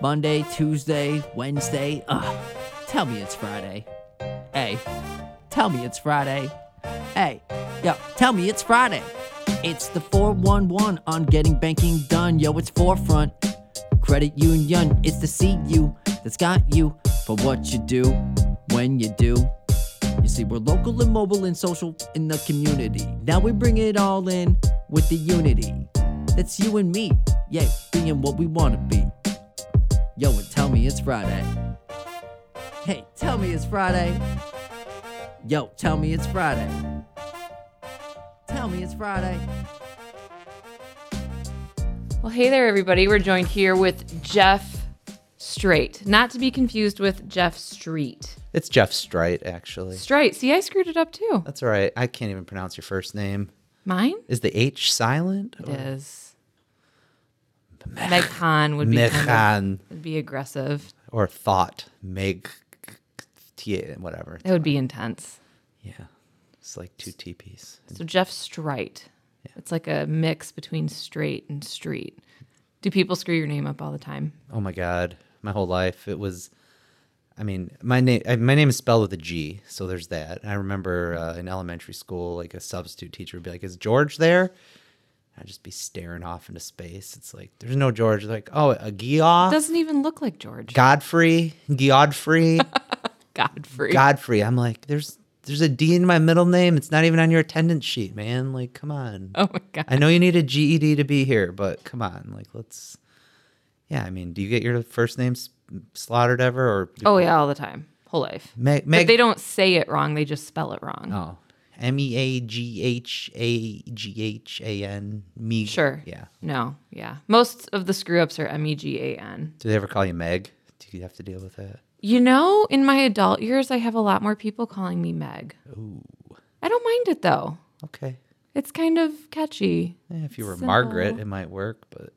Monday, Tuesday, Wednesday. Ugh. Tell me it's Friday. Hey, tell me it's Friday. Hey, yo, tell me it's Friday. It's the 411 on getting banking done. Yo, it's forefront. Credit union, it's the CU that's got you for what you do when you do. You see, we're local and mobile and social in the community. Now we bring it all in with the unity. That's you and me, yeah, being what we want to be. Yo, and tell me it's Friday. Hey, tell me it's Friday. Yo, tell me it's Friday. Tell me it's Friday. Well, hey there, everybody. We're joined here with Jeff Straight, not to be confused with Jeff Street. It's Jeff Strite, actually. Straight. See, I screwed it up too. That's all right. I can't even pronounce your first name. Mine Is the H silent? It is. Meg Khan would be, kind Mechan of, would be aggressive. or thought. Meg T whatever. It would be intense. Yeah. It's like two TPs. So Jeff Straight. It's like a mix between straight and street. Do people screw your name up all the time? Oh my god. My whole life. It was I mean, my name my name is spelled with a G, so there's that. And I remember uh, in elementary school, like a substitute teacher would be like, "Is George there?" And I'd just be staring off into space. It's like there's no George. They're like, "Oh, a Geoff, Doesn't even look like George. Godfrey, Godfrey." Godfrey. Godfrey. I'm like, there's there's a D in my middle name. It's not even on your attendance sheet, man. Like, come on. Oh my God. I know you need a GED to be here, but come on. Like, let's. Yeah, I mean, do you get your first name s- slaughtered ever? Or Oh yeah, all the time, whole life. Meg? But Meg they don't say it wrong; they just spell it wrong. Oh, M E A G H A G H A N. Me. Sure. Yeah. No. Yeah. Most of the screw ups are M E G A N. Do they ever call you Meg? Do you have to deal with that? You know, in my adult years, I have a lot more people calling me Meg. Ooh. I don't mind it though. Okay. It's kind of catchy. Yeah, if you were Margaret, Simple. it might work, but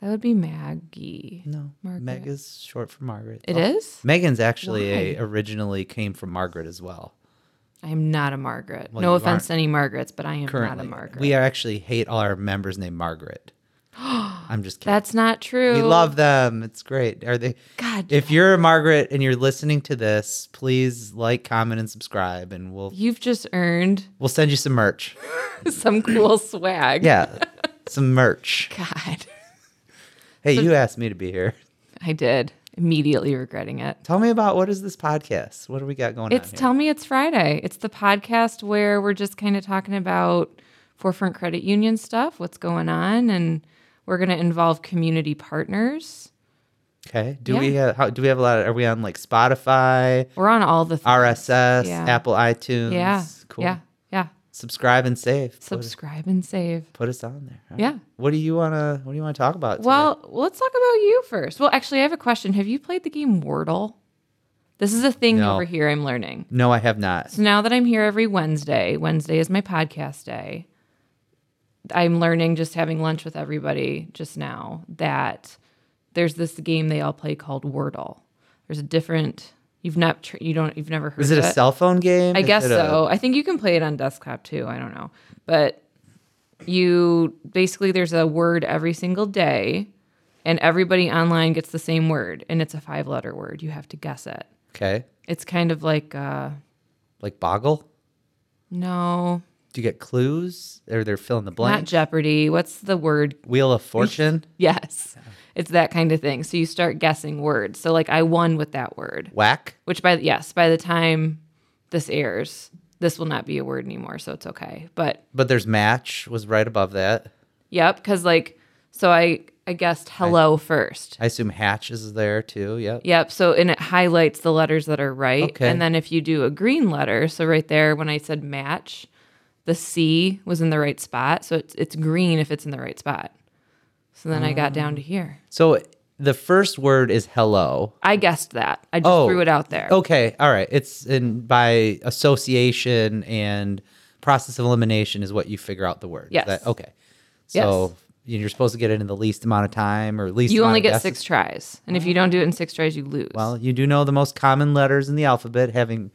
That would be Maggie. no. Margaret. Meg is short for Margaret. It Oh. is? Megan's actually a, originally came from Margaret as well. I am not a Margaret. Well, no you offense aren't to any Margarets, but I am Currently, not a Margaret. we actually hate all our members named Margaret. I'm just kidding. That's not true. we love them. It's great. Are they? God. If you're a Margaret and you're listening to this, please like, comment, and subscribe, and we'll You've just earned we'll send you some merch. some cool swag. Yeah, some merch. God. Hey, you asked me to be here. I did. Immediately regretting it. Tell me about what is this podcast? What do we got going It's on? here? Tell Me It's Friday. It's the podcast where we're just kind of talking about forefront credit union stuff, what's going on, and we're going to involve community partners. okay. Do we have, how, do we have a lot? Of, are we on like Spotify, We're on all the things. RSS, Yeah. Apple iTunes? yeah, Cool. yeah, yeah. subscribe and save. Put, Subscribe and save. put us on there. All right. Yeah. What do you wanna What do you wanna talk about? today? Well, let's talk about you first. Well, actually, I have a question. Have you played the game Wordle? This is a thing No. over here I'm learning. no, I have not. So now that I'm here every Wednesday, Wednesday is my podcast day. I'm learning just having lunch with everybody just now that there's this game they all play called Wordle. There's a different you've not tr- you don't you've never heard Is it a of cell phone game? I Is guess it a- so. I think you can play it on desktop too. I don't know. But you basically there's a word every single day and everybody online gets the same word and it's a five letter word. You have to guess it. okay. It's kind of like uh Like Boggle. no, Do you get clues? Or they're fill in the Not blank. Jeopardy. What's the word? Wheel of Fortune. Yes. It's that kind of thing. So you start guessing words. So like I won with that word, Whack. which by yes, by the time this airs, this will not be a word anymore, so it's okay. But But there's match was right above that. yep, cuz like so I I guessed hello first. I assume Hatch is there too. Yep. Yep, so and it highlights the letters that are right. Okay. And then if you do a green letter, so right there when I said match, the C was in the right spot, so it's it's green if it's in the right spot. So then I got down to Um, here. So the first word is hello. I guessed that. I just Oh. threw it out there. Okay. All right. It's in by association and process of elimination is what you figure out the word. Is Yes. that- okay. Yes. So you're supposed to get it in the least amount of time or least. you amount only of get guesses. six Oh. tries, and if you don't do it in six tries, you lose. Well, you do know the most common letters in the alphabet, having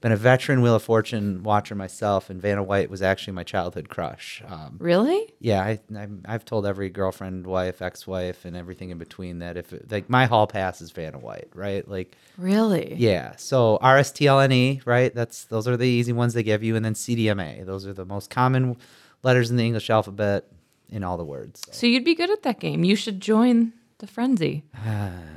Been a veteran Wheel of Fortune watcher myself, and Vanna White was actually my childhood crush. Um, Really? yeah, I, I'm, I've told every girlfriend, wife, ex-wife, and everything in between that if it, like my hall pass is Vanna White, right? Like, Really? yeah. So RSTLNE, E, right? That's those are the easy ones they give you, and then CDMA. Those are the most common letters in the English alphabet in all the words. So. So you'd be good at that game. You should join the frenzy.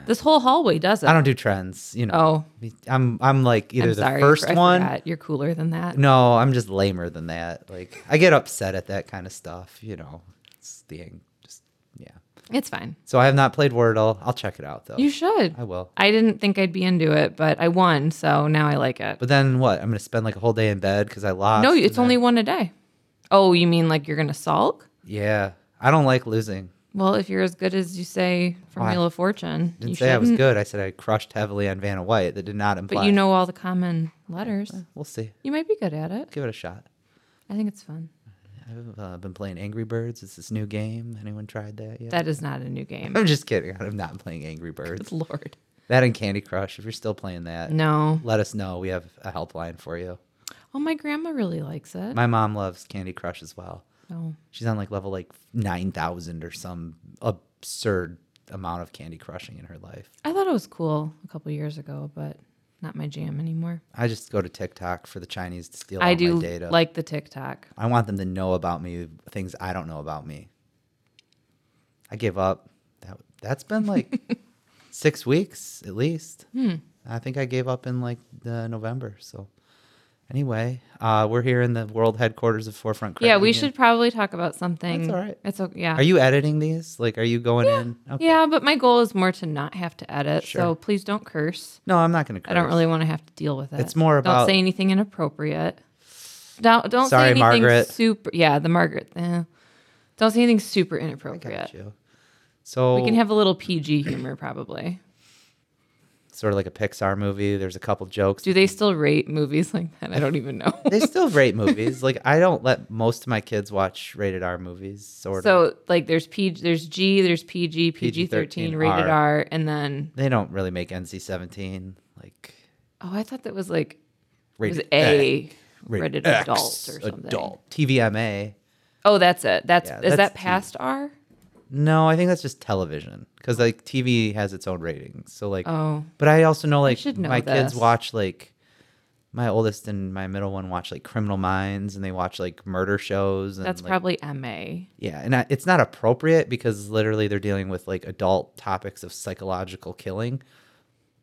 this whole hallway does it. I don't do trends, you know. Oh, I'm I'm like either I'm the sorry. first I one. forgot. You're cooler than that. No, I'm just lamer than that. Like I get upset at that kind of stuff, you know. It's the just yeah. It's fine. So I have not played Wordle. I'll check it out though. You should. I will. I didn't think I'd be into it, but I won, so now I like it. But then what? I'm gonna spend like a whole day in bed because I lost. no, and it's then- only one a day. Oh, you mean like you're gonna sulk? Yeah, I don't like losing. Well, if you're as good as you say from Why? Wheel of Fortune, Didn't you say I was shouldn't, good. I said I crushed heavily on Vanna White. That did not imply. But you know all the common letters. we'll see. You might be good at it. Give it a shot. I think it's fun. I've uh, been playing Angry Birds. It's this new game. Anyone tried that yet? That is not a new game. I'm just kidding. I'm not playing Angry Birds. Good lord. That and Candy Crush. If you're still playing that, No. let us know. We have a helpline for you. Oh, my grandma really likes it. My mom loves Candy Crush as well. oh. She's on like level like 9,000 or some absurd amount of Candy Crushing in her life. I thought it was cool a couple years ago, but not my jam anymore. I just go to TikTok for the Chinese to steal I all do my data. like the TikTok. I want them to know about me things I don't know about me. I give up. That that's been like six weeks at least. Hmm. I think I gave up in like the November. So anyway, uh, we're here in the world headquarters of Forefront. Credit yeah, we Union. should probably talk about something. That's all right. It's okay. Yeah. Are you editing these? Like, are you going in? Okay. Yeah, but my goal is more to not have to edit. Sure. So please don't curse. No, I'm not going to. I don't really want to have to deal with it. It's more about- don't say anything inappropriate. Don't don't Sorry, say anything Margaret. super. Yeah, the Margaret. eh. Don't say anything super Got inappropriate. you. So We can have a little PG humor probably. sort of like a Pixar movie. There's a couple jokes. Do they still rate movies like that? I don't even know. they still rate movies. Like I don't let most of my kids watch rated R movies. Sort of. so like there's PG, there's G, there's PG, PG PG-13, thirteen, rated R. R. and then They don't really make NC seventeen. Like oh, I thought that was like it was rated A, rated rated X, adult or something. Adult TVMA. Oh, that's it. That's Yeah, is that's that T. past R? No, I think that's just television because like TV has its own ratings. So like, Oh. but I also know like should know my kids this. watch like my oldest and my middle one watch like Criminal Minds and they watch like murder shows. And, That's like, probably MA. yeah, and I, it's not appropriate because literally they're dealing with like adult topics of psychological killing,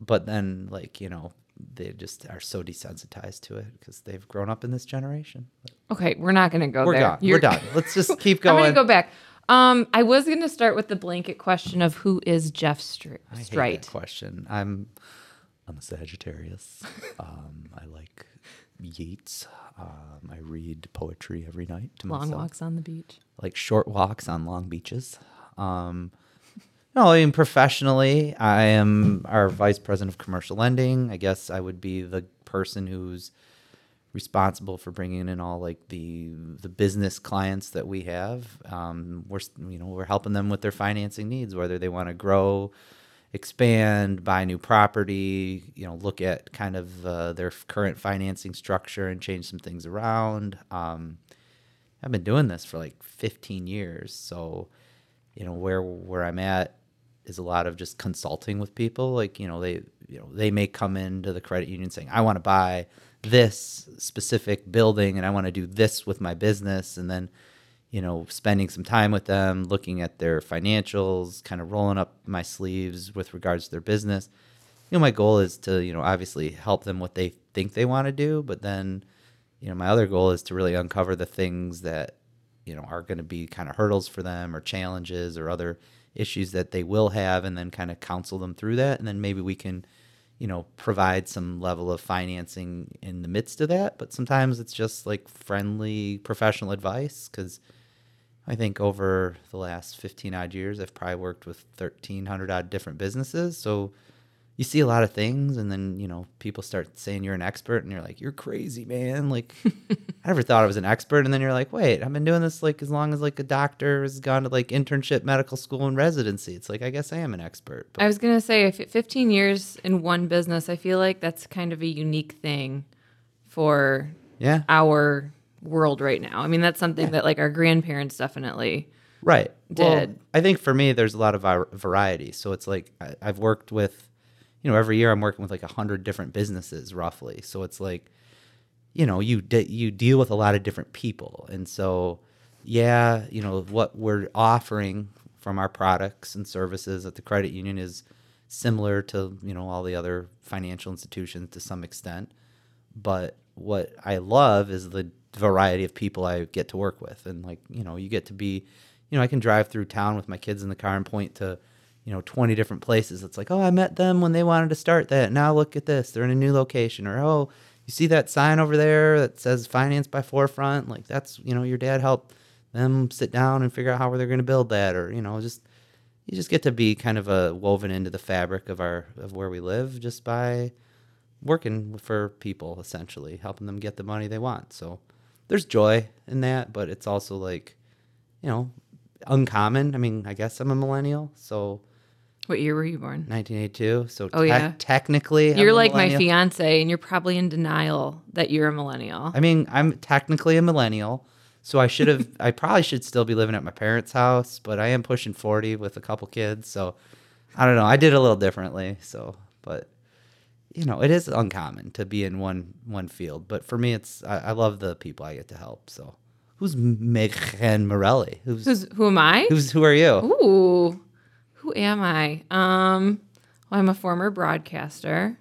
but then like you know they just are so desensitized to it because they've grown up in this generation. Okay, we're not gonna go We're Oh, there. gone. We're You're- done. Let's just keep I'm going. gonna go back. Um, I was gonna start with the blanket question of who is Jeff Str- I hate Strite. that question. I'm I'm a Sagittarius. um, I like Yeats. Um, I read poetry every night to Long myself. walks on the beach. Like short walks on long beaches. Um, no, I mean professionally, I am our vice president of commercial lending. I guess I would be the person who's responsible for bringing in all like the the business clients that we have. Um, we're s- you know we're helping them with their financing needs, whether they want to grow, expand, buy new property, you know, look at kind of uh, their f- current financing structure and change some things around. Um, I've been doing this for like 15 years, so you know where where I'm at is a lot of just consulting with people like you know they you know they may come into the credit union saying I want to buy this specific building and I want to do this with my business and then you know spending some time with them looking at their financials kind of rolling up my sleeves with regards to their business you know my goal is to you know obviously help them what they think they want to do but then you know my other goal is to really uncover the things that you know are going to be kind of hurdles for them or challenges or other issues that they will have and then kind of counsel them through that and then maybe we can you know provide some level of financing in the midst of that but sometimes it's just like friendly professional advice cuz I think over the last 15 odd years, I've probably worked with 1,300 odd different businesses. So you see a lot of things, and then, you know, people start saying you're an expert, and you're like, you're crazy, man. Like, I never thought I was an expert. And then you're like, wait, I've been doing this like as long as like a doctor has gone to like internship, medical school, and residency. It's like, I guess I am an expert. But I was gonna say, if it- 15 years in one business, I feel like that's kind of a unique thing for Yeah. our world right now. I mean, that's something that like our grandparents definitely. Right. Well, did. I think for me, there's a lot of var- variety. So it's like I, I've worked with, you know, every year I'm working with like a hundred different businesses roughly. So it's like, you know, you de- you deal with a lot of different people, and so yeah, you know, what we're offering from our products and services at the credit union is similar to you know all the other financial institutions to some extent but what I love is the variety of people I get to work with. And like, you know, you get to be, you know, I can drive through town with my kids in the car and point to, you know, 20 different places. It's like, oh, I met them when they wanted to start that. Now look at this. They're in a new location. Or, oh, you see that sign over there that says finance by forefront? Like, that's, you know, your dad helped them sit down and figure out how they're going to build that. Or, you know, just, you just get to be kind of a woven into the fabric of our, of where we live just by, working for people essentially, helping them get the money they want. So there's joy in that, but it's also like, you know, uncommon. I mean, I guess I'm a millennial, so What year were you born? 1982. So Oh, te- yeah. technically, I'm you're a like my millennial. fiance, and you're probably in denial that you're a millennial. I mean, I'm technically a millennial, so I should have. I probably should still be living at my parents' house, but I am pushing 40 with a couple kids, so I don't know. I did a little differently, so but you know, it is uncommon to be in one one field. But for me, it's I, I love the people I get to help. So who's Megan Morelli? Who's Who's who am I? who's who are you? Ooh, who am I? Um, well, I'm a former broadcaster.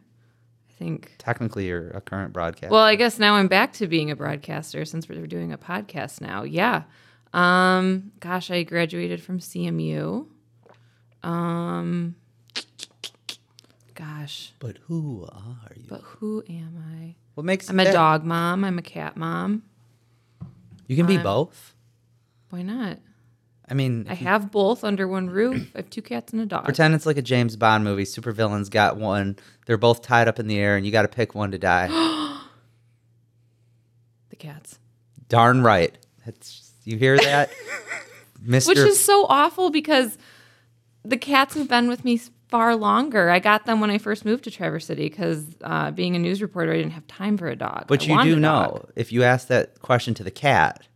I think. Technically, you're a current broadcast. Well, I guess now I'm back to being a broadcaster since we're doing a podcast now. Yeah. Um, gosh, I graduated from CMU. Um, gosh, but who are you? but who am I? What makes I'm a that- dog mom. I'm a cat mom. You can be both. Why not? I mean, I have both under one roof. I have two cats and a dog. Pretend it's like a James Bond movie. Supervillains got one. They're both tied up in the air, and you got to pick one to die. the cats. Darn right. That's you hear that, Mister. Which is so awful because the cats have been with me s- far longer. I got them when I first moved to Traverse City because uh, being a news reporter, I didn't have time for a dog. but I you wanted do a know dog. if you ask that question to the cat,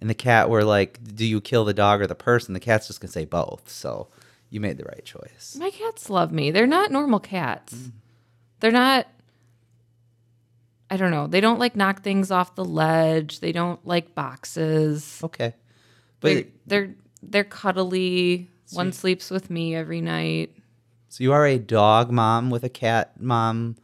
and the cat were like, "Do you kill the dog or the person?" The cat's just gonna say both. So you made the right choice. My cats love me. They're not normal cats. Mm. They're not. I don't know. They don't like knock things off the ledge. They don't like boxes. Okay, but They're they're, they're cuddly. One sleeps with me every night. so you are a dog mom with a cat mom,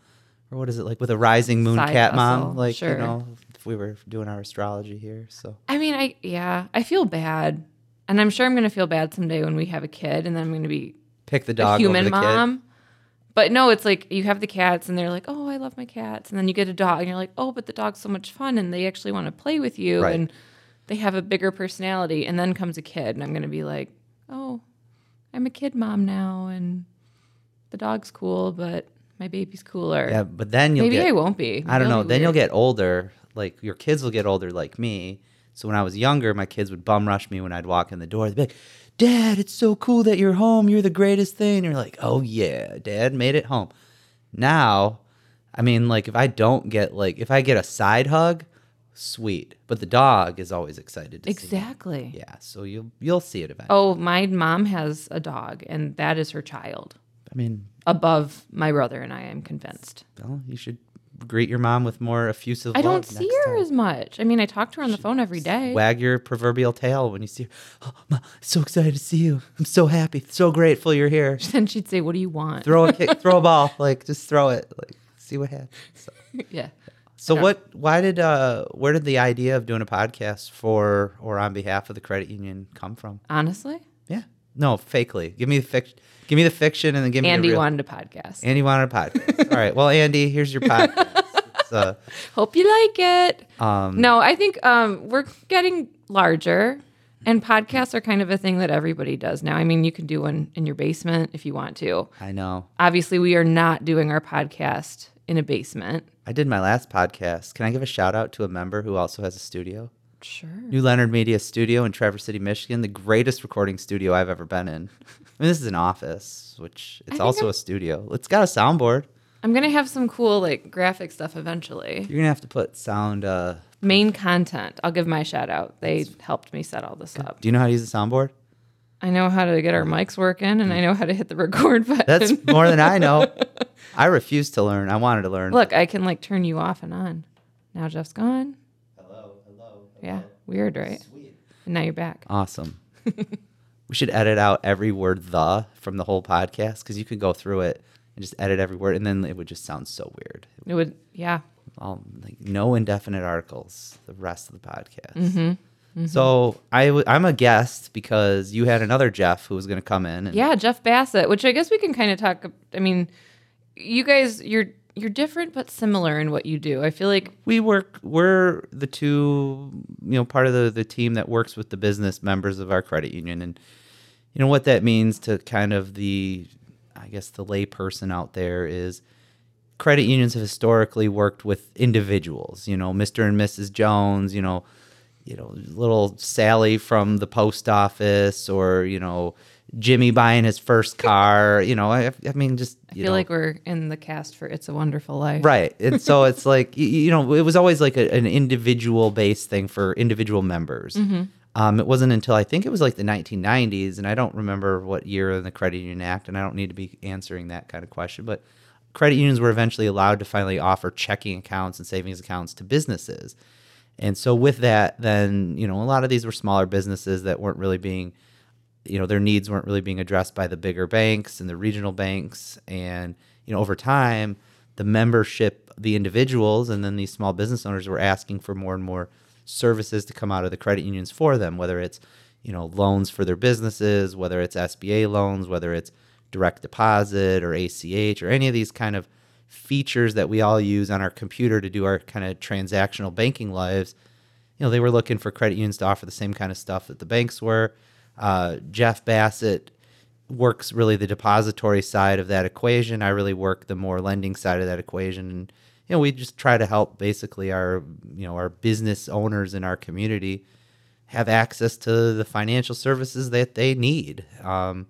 or what is it like with a rising moon Side cat hustle, mom? Like sure. you know, if we were doing our astrology here, so. I mean, I yeah, I feel bad, and I'm sure I'm gonna feel bad someday when we have a kid, and then I'm gonna be Pick the a dog human over the kid. mom. But no, it's like you have the cats, and they're like, "Oh, I love my cats," and then you get a dog, and you're like, "Oh, but the dog's so much fun, and they actually want to play with you, Right. and they have a bigger personality." And then comes a kid, and I'm gonna be like, "Oh, I'm a kid mom now, and the dog's cool, but my baby's cooler." Yeah, but then you'll Maybe get. I won't be. I That'll don't know. be Then you'll weird. get older. Like your kids will get older, like me. So when I was younger, my kids would bum rush me when I'd walk in the door. They'd be like, "Dad, it's so cool that you're home. You're the greatest thing." And you're like, "Oh yeah, Dad made it home." Now, I mean, like if I don't get like if I get a side hug, sweet. But the dog is always excited to see. me. exactly. Yeah, so you'll you'll see it eventually. Oh, my mom has a dog, and that is her child I mean, above my brother and I. I'm convinced. well, you should greet your mom with more effusive. I don't love see next her time. as much. I mean, I talk to her on the phone every day. wag your proverbial tail when you see her. Oh, Ma, so excited to see you. I'm so happy, so grateful you're here. Then she'd say, "What do you want?" Throw a kick, throw a ball, like just throw it, like see what happens. So, yeah. so what? Why did uh, where did the idea of doing a podcast for or on behalf of the credit union come from? Honestly, Yeah, no, fakely. Give me the fiction. Give me the fiction, and then give me Andy the real. wanted a podcast. Andy wanted a podcast. All right, well, Andy, here's your podcast. It's, uh, Hope you like it. um, no, I think um, we're getting larger, and podcasts are kind of a thing that everybody does now. I mean, you can do one in your basement if you want to. I know. Obviously, we are not doing our podcast in a basement. I did my last podcast. Can I give a shout out to a member who also has a studio? Sure. New Leonard Media Studio in Traverse City, Michigan, the greatest recording studio I've ever been in. I mean, this is an office, which it's think also I'm- a studio. It's got a soundboard. I'm gonna have some cool like graphic stuff eventually. You're gonna have to put sound. Uh, Main content. I'll give my shout out. They helped me set all this up. do you know how to use a soundboard? I know how to get our mics working, and I know how to hit the record button. That's more than I know. I refuse to learn. I wanted to learn. Look, I can like turn you off and on. Now Jeff's gone. Hello, hello. Yeah, weird, right? And now you're back. Awesome. we should edit out every word "the" from the whole podcast because you could go through it and just edit every word, and then it would just sound so weird. It would, yeah. all like no indefinite articles the rest of the podcast. So I w- I'm a guest because you had another Jeff who was going to come in. And Yeah, Jeff Bassett, which I guess we can kind of talk. I mean, you guys, you're you're different but similar in what you do. I feel like we work. We're the two, you know, part of the the team that works with the business members of our credit union, and you know what that means to kind of the, I guess the layperson out there is. Credit unions have historically worked with individuals, you know, Mr. and Mrs. Jones, you know, you know, little Sally from the post office or, you know, Jimmy buying his first car, you know, I, I mean, just, I you feel know, like we're in the cast for It's a Wonderful Life. right. And so it's like, you, you know, it was always like a, an individual based thing for individual members. Um, it wasn't until I think it was like the 1990s, and I don't remember what year in the Credit Union Act, and I don't need to be answering that kind of question, but credit unions were eventually allowed to finally offer checking accounts and savings accounts to businesses. And so with that, then, you know, a lot of these were smaller businesses that weren't really being, you know, their needs weren't really being addressed by the bigger banks and the regional banks. And, you know, over time, the membership, the individuals, and then these small business owners were asking for more and more services to come out of the credit unions for them, whether it's, you know, loans for their businesses, whether it's SBA loans, whether it's direct deposit or ACH or any of these kind of features that we all use on our computer to do our kind of transactional banking lives you know, they were looking for credit unions to offer the same kind of stuff that the banks were. Uh, Jeff Bassett works really the depository side of that equation. I really work the more lending side of that equation. And, you know, we just try to help basically our, you know, our business owners in our community have access to the financial services that they need. Um,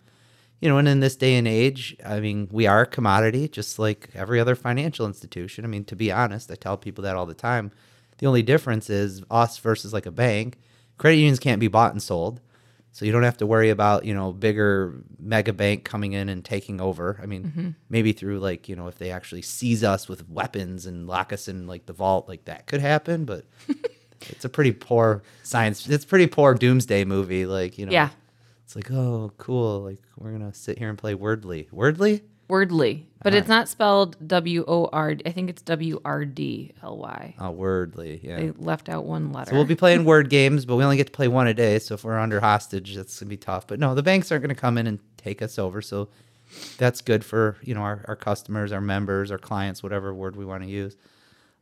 you know, and in this day and age, I mean, we are a commodity just like every other financial institution. I mean, to be honest, I tell people that all the time. The only difference is us versus like a bank. Credit unions can't be bought and sold. So you don't have to worry about, you know, bigger mega bank coming in and taking over. I mean, maybe through like, you know, if they actually seize us with weapons and lock us in like the vault, like that could happen, but it's a pretty poor science it's a pretty poor doomsday movie, like, you know. Yeah. It's like, oh, cool. Like we're gonna sit here and play Wordly. Wordly? Wordly, but it's not spelled W O R. I think it's W R D L Y. Oh, Wordly. Yeah. They left out one letter. So we'll be playing word games, but we only get to play one a day. So if we're under hostage, that's gonna be tough. But no, the banks aren't gonna come in and take us over. So that's good for you know our, our customers, our members, our clients, whatever word we want to use.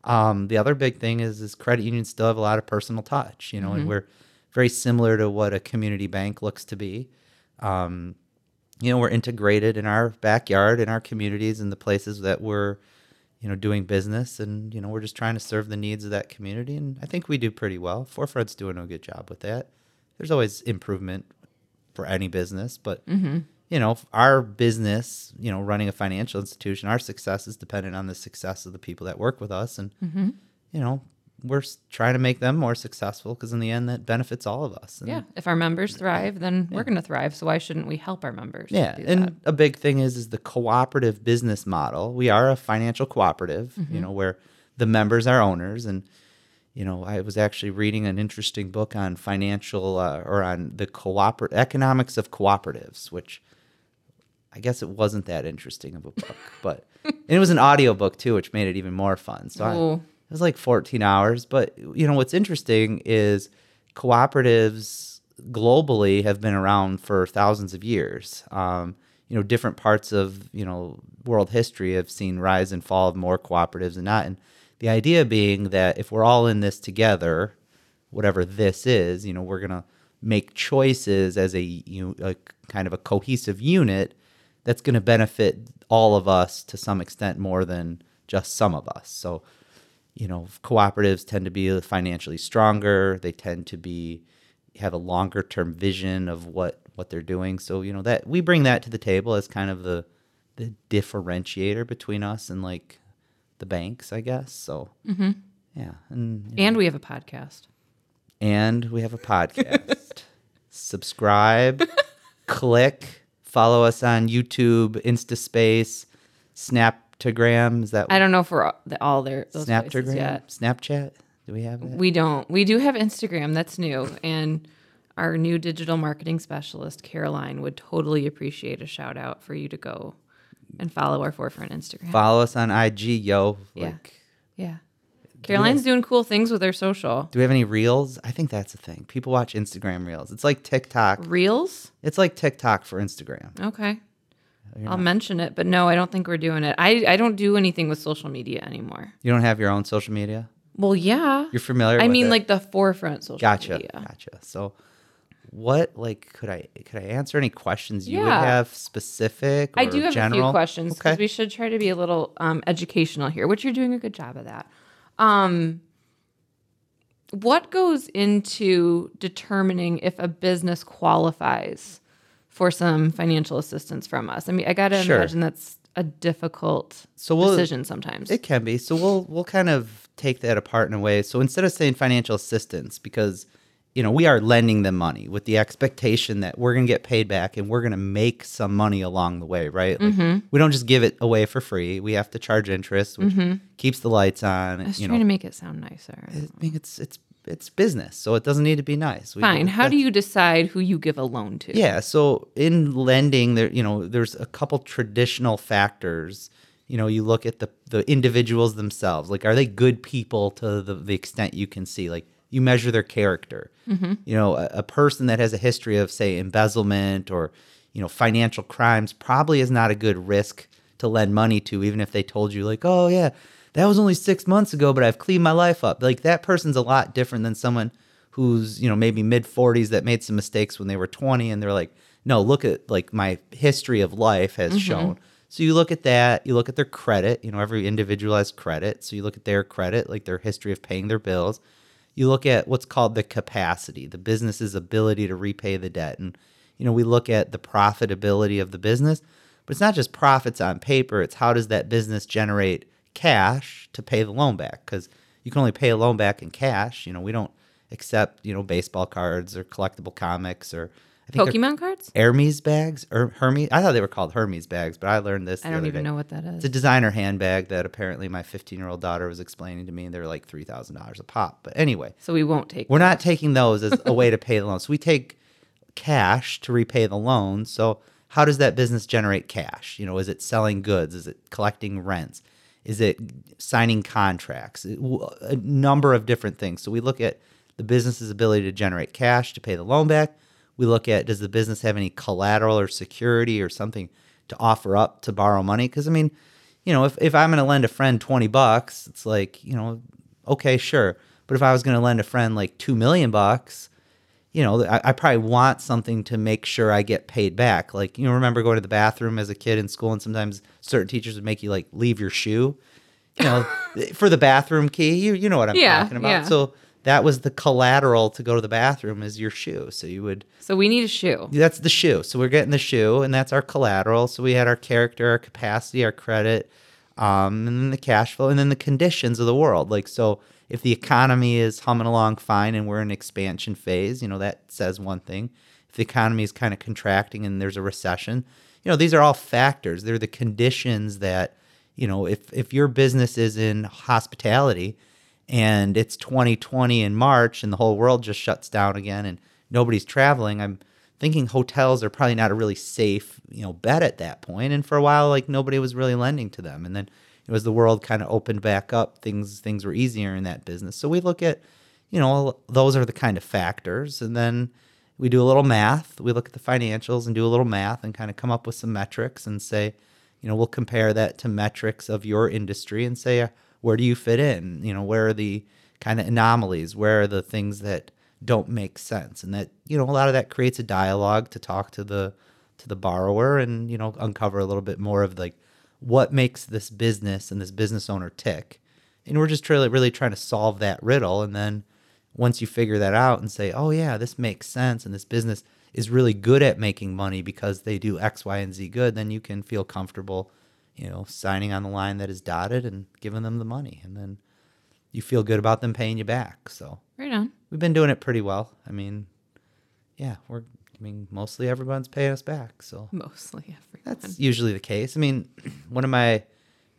Um, the other big thing is is credit unions still have a lot of personal touch, you know, and we're very similar to what a community bank looks to be. Um, you know, we're integrated in our backyard, in our communities, in the places that we're, you know, doing business, and you know, we're just trying to serve the needs of that community, and I think we do pretty well. Forefront's doing a good job with that. There's always improvement for any business, but you know, our business, you know, running a financial institution, our success is dependent on the success of the people that work with us, and you know, we're s- trying to make them more successful because in the end, that benefits all of us. And yeah, if our members thrive, then we're going to thrive. So why shouldn't we help our members? Yeah, do and that? a big thing is is the cooperative business model. We are a financial cooperative, you Mm-hmm. know, where the members are owners, and you know, I was actually reading an interesting book on financial uh, or on the cooper economics of cooperatives, which I guess it wasn't that interesting of a book, but and it was an audio book too, which made it even more fun. So I, Ooh. it was like 14 hours, but you know what's interesting is cooperatives globally have been around for thousands of years. Um, you know, different parts of you know world history have seen rise and fall of more cooperatives than not, and the idea being that if we're all in this together, whatever this is, you know, we're gonna make choices as a, you know, a kind of a cohesive unit that's gonna benefit all of us to some extent more than just some of us. So, you know, cooperatives tend to be financially stronger. They tend to be have a longer term vision of what what they're doing. So you know that we bring that to the table as kind of the the differentiator between us and like the banks, I guess. So Mm-hmm. yeah, and And we have a podcast. and we have a podcast. Subscribe, click, follow us on YouTube, InstaSpace, Snaptogram. Is that I don't know if we're all- the- all there. Those places Snaptogram? yet. Snapchat? Do we have that? We don't. We do have Instagram. That's new. And our new digital marketing specialist, Caroline, would totally appreciate a shout out for you to go and follow our forefront Instagram. Mm-hmm. Follow us on IG, yo. Like, Yeah. yeah. Caroline's doing cool things with her social. do we have any reels? I think that's a thing. People watch Instagram reels. It's like TikTok. Reels? It's like TikTok for Instagram. Okay. I'll mention it, but no, I don't think we're doing it. I, I don't do anything with social media anymore. You don't have your own social media? Well, yeah. You're familiar I with mean, it? like the forefront social Gotcha. media. Gotcha. So what like could I could I answer any questions you would Yeah. have specific or I do have general? a few questions because Okay. we should try to be a little um, educational here, which you're doing a good job of that. Um, what goes into determining if a business qualifies for some financial assistance from us? I mean, I got to Sure. imagine that's a difficult So we'll- decision sometimes. It can be. So we'll we'll kind of take that apart in a way. So instead of saying financial assistance, because you know we are lending them money with the expectation that we're going to get paid back and we're going to make some money along the way, right? Like, Mm-hmm. We don't just give it away for free. We have to charge interest, which keeps the lights on. Mm-hmm. I was you trying know, to make it sound nicer. I mean, it's it's it's business, so it doesn't need to be nice. We- Fine. How that's- do you decide who you give a loan to? yeah, so in lending, there you know, there's a couple traditional factors. You know, you look at the the individuals themselves. Like, are they good people to the, the extent you can see? Like, you measure their character. You know, a, a person that has a history of say embezzlement or you know financial crimes probably is not a good risk to lend money to, even if they told you like, oh yeah, that was only six months ago, but I've cleaned my life up. Like that person's a lot different than someone who's you know maybe mid 40s that made some mistakes when they were 20 and they're like no look at like my history of life has shown so you look at that you look at their credit you know every individual has credit so you look at their credit like their history of paying their bills you look at what's called the capacity the business's ability to repay the debt and you know we look at the profitability of the business but it's not just profits on paper it's how does that business generate cash to pay the loan back because you can only pay a loan back in cash you know we don't accept you know baseball cards or collectible comics or I think they're Pokemon cards? Hermes bags or Hermes. I thought they were called Hermes bags, but I learned this. I the don't other even day. know what that It's a is. designer handbag that apparently my 15 year old daughter was explaining to me, and they were like three thousand dollars a pop. But anyway, So we won't take we're not taking those as a way to pay the loan. So we take cash to repay the loan. So how does that business generate cash? You know, is it selling goods? Is it collecting rents? Is it signing contracts? It- w- A number of different things. So we look at the business's ability to generate cash to pay the loan back. We look at does the business have any collateral or security or something to offer up to borrow money? Because I mean, you know, if, if I'm going to lend a friend 20 bucks, it's like, you know, okay, sure. But if I was going to lend a friend like 2 million bucks, you know, I, I probably want something to make sure I get paid back. Like, you know, remember going to the bathroom as a kid in school and sometimes certain teachers would make you like leave your shoe, you know, for the bathroom key. You, you know what I'm Yeah, talking about. yeah. So that was the collateral to go to the bathroom is your shoe. So you would So we need a shoe. that's the shoe. So we're getting the shoe, and that's our collateral. So we had our character, our capacity, our credit, um, and then the cash flow, and then the conditions of the world. Like, so if the economy is humming along fine and we're in expansion phase, you know, that says one thing. If the economy is kind of contracting and there's a recession, you know, these are all factors. They're the conditions that, you know, if if your business is in hospitality and it's 2020 in March and the whole world just shuts down again and nobody's traveling, I'm thinking hotels are probably not a really safe, you know, bet at that point. And for a while, like nobody was really lending to them. And then you know, as the world kind of opened back up, things things were easier in that business. So we look at, you know, those are the kind of factors. And then we do a little math. We look at the financials and do a little math and kind of come up with some metrics and say, you know, we'll compare that to metrics of your industry and say, uh, where do you fit in? You know, where are the kind of anomalies? Where are the things that don't make sense? And that, you know, a lot of that creates a dialogue to talk to the to the borrower and, you know, uncover a little bit more of like what makes this business and this business owner tick. And we're just really, really trying to solve that riddle. And then once you figure that out and say, oh, yeah, this makes sense and this business is really good at making money because they do X, Y, and Z good, then you can feel comfortable, you know, signing on the line that is dotted and giving them the money. And then you feel good about them paying you back. So Right on. we've been doing it pretty well. I mean, yeah, we're, I mean, mostly everyone's paying us back. So Mostly everyone. that's usually the case. I mean, one of my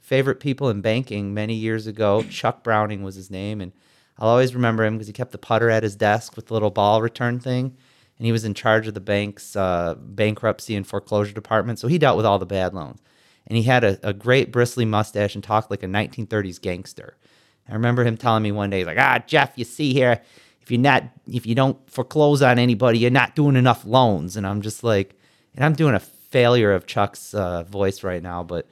favorite people in banking many years ago, Chuck Browning was his name, and I'll always remember him because he kept the putter at his desk with the little ball return thing, and he was in charge of the bank's uh, bankruptcy and foreclosure department, so he dealt with all the bad loans. And he had a, a great bristly mustache and talked like a 1930s gangster. I remember him telling me one day, he's like, "Ah, Jeff, you see here, if you're not, if you don't foreclose on anybody, you're not doing enough loans." And I'm just like, and I'm doing a failure of Chuck's uh, voice right now, but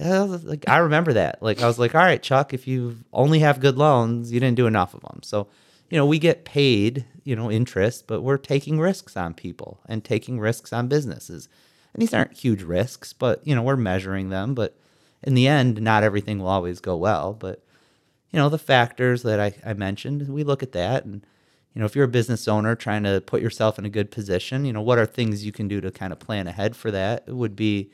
uh, like I remember that. Like I was like, "All right, Chuck, if you only have good loans, you didn't do enough of them." So, you know, we get paid, you know, interest, but we're taking risks on people and taking risks on businesses. And these aren't huge risks, but you know, we're measuring them, but in the end, not everything will always go well, but you know the factors that I, I mentioned we look at that and you know if you're a business owner trying to put yourself in a good position you know what are things you can do to kind of plan ahead for that it would be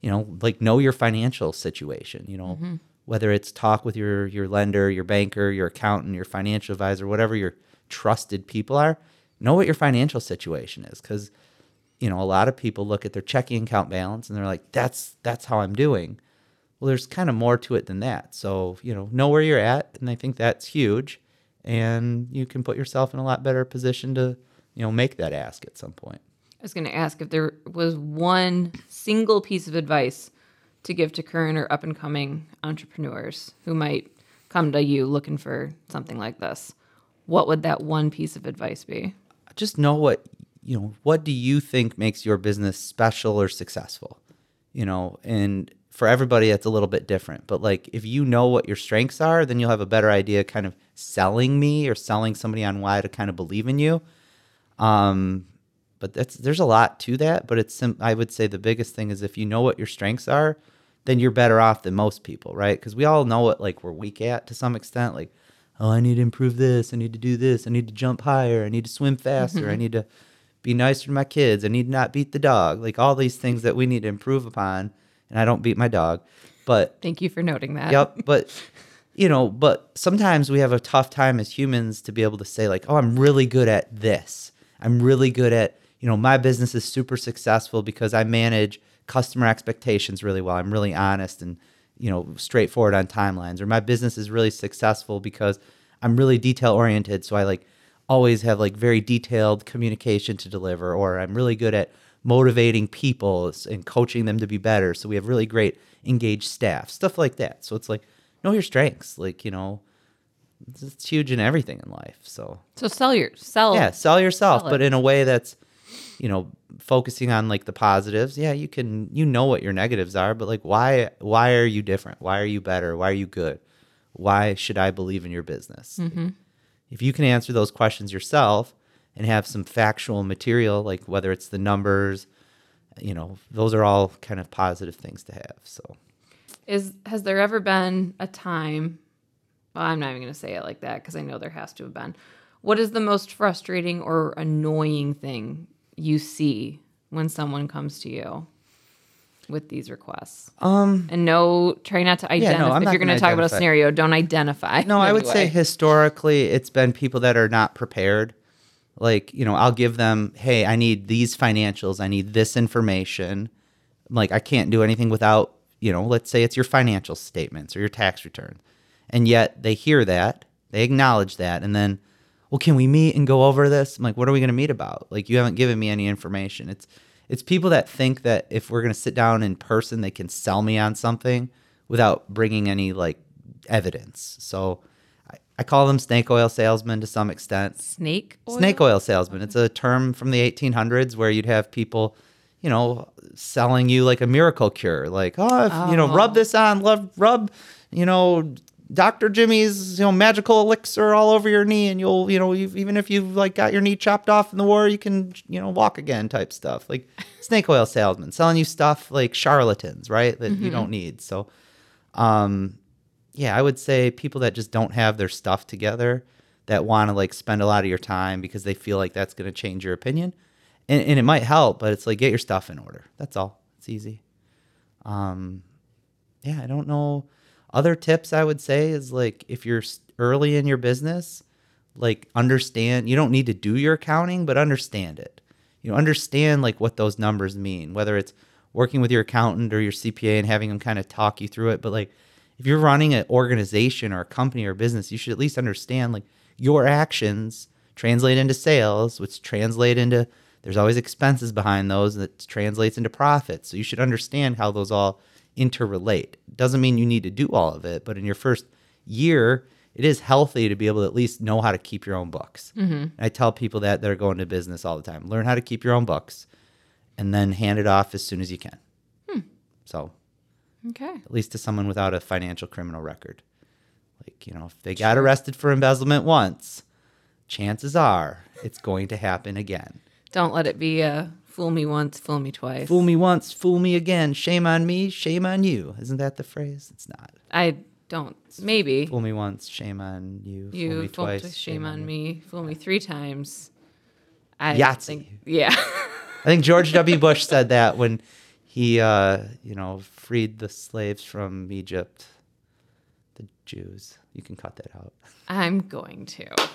you know like know your financial situation you know whether it's talk with your your lender your banker your accountant your financial advisor whatever your trusted people are know what your financial situation is because you know a lot of people look at their checking account balance and they're like that's that's how i'm doing well there's kind of more to it than that so you know know where you're at and i think that's huge and you can put yourself in a lot better position to you know make that ask at some point I was going to ask if there was one single piece of advice to give to current or up and coming entrepreneurs who might come to you looking for something like this. What would that one piece of advice be? just know what you know what do you think makes your business special or successful you know and for everybody that's a little bit different but like if you know what your strengths are then you'll have a better idea kind of selling me or selling somebody on why to kind of believe in you um but that's there's a lot to that but it's sim- i would say the biggest thing is if you know what your strengths are then you're better off than most people right because we all know what like we're weak at to some extent like oh i need to improve this i need to do this i need to jump higher i need to swim faster i need to be nicer to my kids i need to not beat the dog like all these things that we need to improve upon and i don't beat my dog but Thank you for noting that. Yep. But you know, but sometimes we have a tough time as humans to be able to say like, "Oh, I'm really good at this. I'm really good at you know, my business is super successful because I manage customer expectations really well. I'm really honest and you know straightforward on timelines. Or my business is really successful because I'm really detail oriented, so I like always have like very detailed communication to deliver. Or I'm really good at motivating people and coaching them to be better. So we have really great engaged staff, stuff like that. So it's like, know your strengths. Like, you know, it's- it's huge in everything in life. So So sell your sell. yeah, sell yourself, sell it. but in a way that's, you know, focusing on like the positives. Yeah, you can, you know what your negatives are, but like, why, why are you different? Why are you better? Why are you good? Why should I believe in your business? Like, if you can answer those questions yourself and have some factual material, like whether it's the numbers, you know, those are all kind of positive things to have. So. Is has there ever been a time? Well, I'm not even going to say it like that because I know there has to have been. What is the most frustrating or annoying thing you see when someone comes to you with these requests? Um, and no, try not to identify. I'm if not you're going gonna to talk about a identify. scenario, don't identify. No, in I any would say way. historically it's been people that are not prepared. Like, you know, I'll give them, hey, I need these financials, I need this information. Like, I can't do anything without, you know, let's say it's your financial statements or your tax return. And yet they hear that, they acknowledge that, and then, well, can we meet and go over this? I'm like, what are we gonna meet about? Like you haven't given me any information. It's it's people that think that if we're gonna sit down in person, they can sell me on something without bringing any like evidence. So I, I call them snake oil salesmen to some extent. snake oil? Snake oil salesman. It's a term from the 1800s where you'd have people, you know, selling you like a miracle cure. Like, oh, if, you know, rub this on, love, rub, you know, Dr. Jimmy's, you know, magical elixir all over your knee and you'll, you know, you've, even if you've like got your knee chopped off in the war, you can, you know, walk again type stuff. Like snake oil salesman selling you stuff like charlatans, right? That you don't need. So, um, yeah, I would say people that just don't have their stuff together that want to like spend a lot of your time because they feel like that's going to change your opinion. and, and it might help, but it's like get your stuff in order. That's all. It's easy. Um, yeah, I don't know. Other tips I would say is like if you're s- early in your business, like understand you don't need to do your accounting, but understand it. You know, understand like what those numbers mean, whether it's working with your accountant or your CPA and having them kind of talk you through it. But like if you're running an organization or a company or business, you should at least understand like your actions translate into sales, which translate into there's always expenses behind those that translates into profits. So you should understand how those all interrelate. Doesn't mean you need to do all of it, but in your first year, it is healthy to be able to at least know how to keep your own books. And I tell people that that are going to business all the time. Learn how to keep your own books and then hand it off as soon as you can. So Okay. at least to someone without a financial criminal record. Like, you know, if they got arrested for embezzlement once, chances are it's going to happen again. Don't let it be a fool me once, fool me twice. Fool me once, fool me again. Shame on me, shame on you. Isn't that the phrase? It's not. I don't. Maybe Fool me once, shame on you. you fool me fool twice. twice, shame on me. Fool me three times. I Yahtzee. think. Yeah. I think George W. Bush said that when he, uh, you know, freed the slaves from Egypt, the Jews. You can cut that out. I'm going to.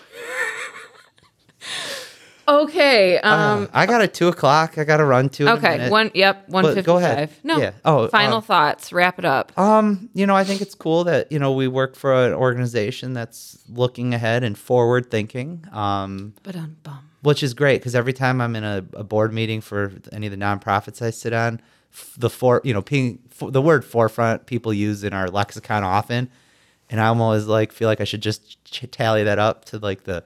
okay. Um. Uh, I got a two o'clock. I got to run to. okay. One. Yep. One But fifty-five. go ahead. No. Yeah. Oh, Final uh, thoughts. Wrap it up. Um, you know, I think it's cool that you know we work for an organization that's looking ahead and forward thinking. Um, But um. Bum. which is great because every time I'm in a, a board meeting for any of the nonprofits I sit on, f- the for you know ping, f- the word forefront people use in our lexicon often, and I'm always like feel like I should just ch- tally that up to like the,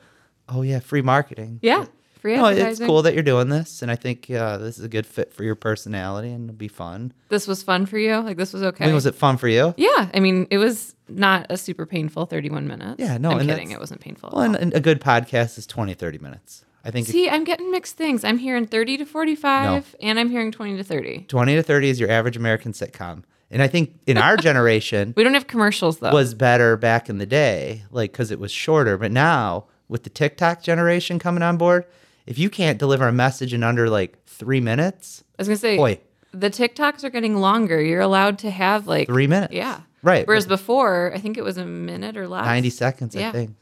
oh yeah, free marketing. Yeah. Free No, advertising. it's cool that you're doing this, and I think uh, this is a good fit for your personality, and it'll be fun. This was fun for you. Like this was okay. I mean, was it fun for you? Yeah, I mean, it was not a super painful 31 minutes. Yeah, no, I'm and kidding. that's- It wasn't painful. at Well, and, all. and a good podcast is 20, 30 minutes. I think if- See, I'm getting mixed things. I'm hearing 30 to 45, and I'm hearing 20 to 30. 20 to 30 is your average American sitcom. And I think in our generation, We don't have commercials though. was better back in the day, like because it was shorter. But now with the TikTok generation coming on board, if you can't deliver a message in under like three minutes, I was gonna say boy. the TikToks are getting longer. You're allowed to have like three minutes, Yeah, right? Whereas before, I think it was a minute or less. ninety seconds, I Yeah. think.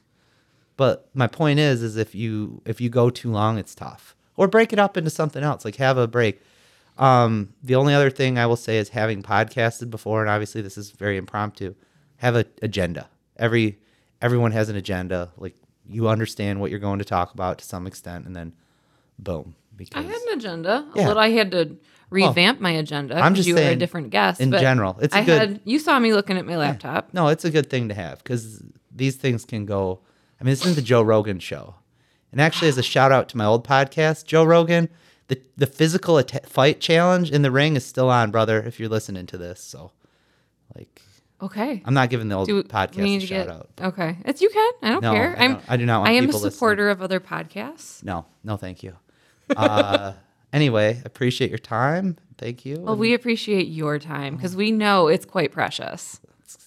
But my point is, is if you if you go too long, it's tough. Or break it up into something else, like have a break. Um, the only other thing I will say is having podcasted before, and obviously this is very impromptu. Have a agenda. Every everyone has an agenda. Like you understand what you're going to talk about to some extent, and then boom. I Because had an agenda. A Yeah. Oh. little. I had to revamp my agenda. I'm 'cause just you were a saying, different guest. in but general, it's a I good- had. You saw me looking at my laptop. No, it's a good thing to have because these things can go. I mean, this isn't the Joe Rogan show. And actually, as a shout out to my old podcast, Joe Rogan, the, the physical at- fight challenge in the ring is still on, brother, if you're listening to this. So, like, Okay. I'm not giving the old Do we- we podcast a need to shout get- out. Okay, it's you can. I don't No, care. I I'm. don't- I do not want I am a people listening. supporter of other podcasts. No, no, thank you. Uh, anyway, appreciate your time. Thank you. Well, we appreciate your time Mm-hmm. because we know it's quite precious.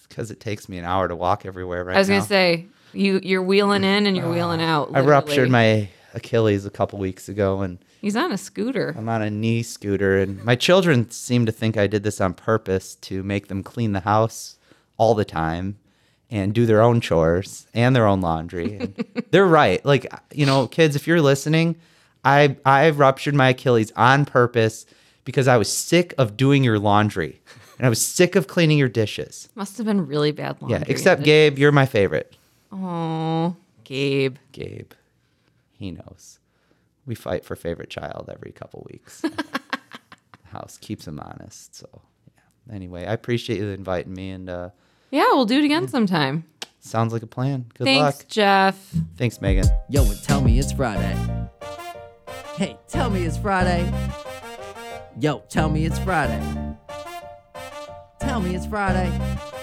Because it takes me an hour to walk everywhere right I was now. Mm. Uh, gonna say you you're wheeling in and you're wheeling out. I ruptured literally. my Achilles a couple weeks ago and. He's on a scooter. I'm on a knee scooter, and my children seem to think I did this on purpose to make them clean the house all the time and do their own chores and their own laundry. And they're right. Like, you know, kids, if you're listening, I I ruptured my Achilles on purpose because I was sick of doing your laundry and I was sick of cleaning your dishes. Must have been really bad laundry. Yeah, except Gabe, you're my favorite. Oh, Gabe. Gabe, he knows. We fight for favorite child every couple weeks. House keeps him honest. So, yeah. Anyway, I appreciate you inviting me, and uh, Yeah, we'll do it again sometime. sounds like a plan. Good Thanks, luck. Jeff. Thanks, Megan. Yo, and tell me it's Friday. Hey, tell me it's Friday. Yo, tell me it's Friday. Tell me it's Friday.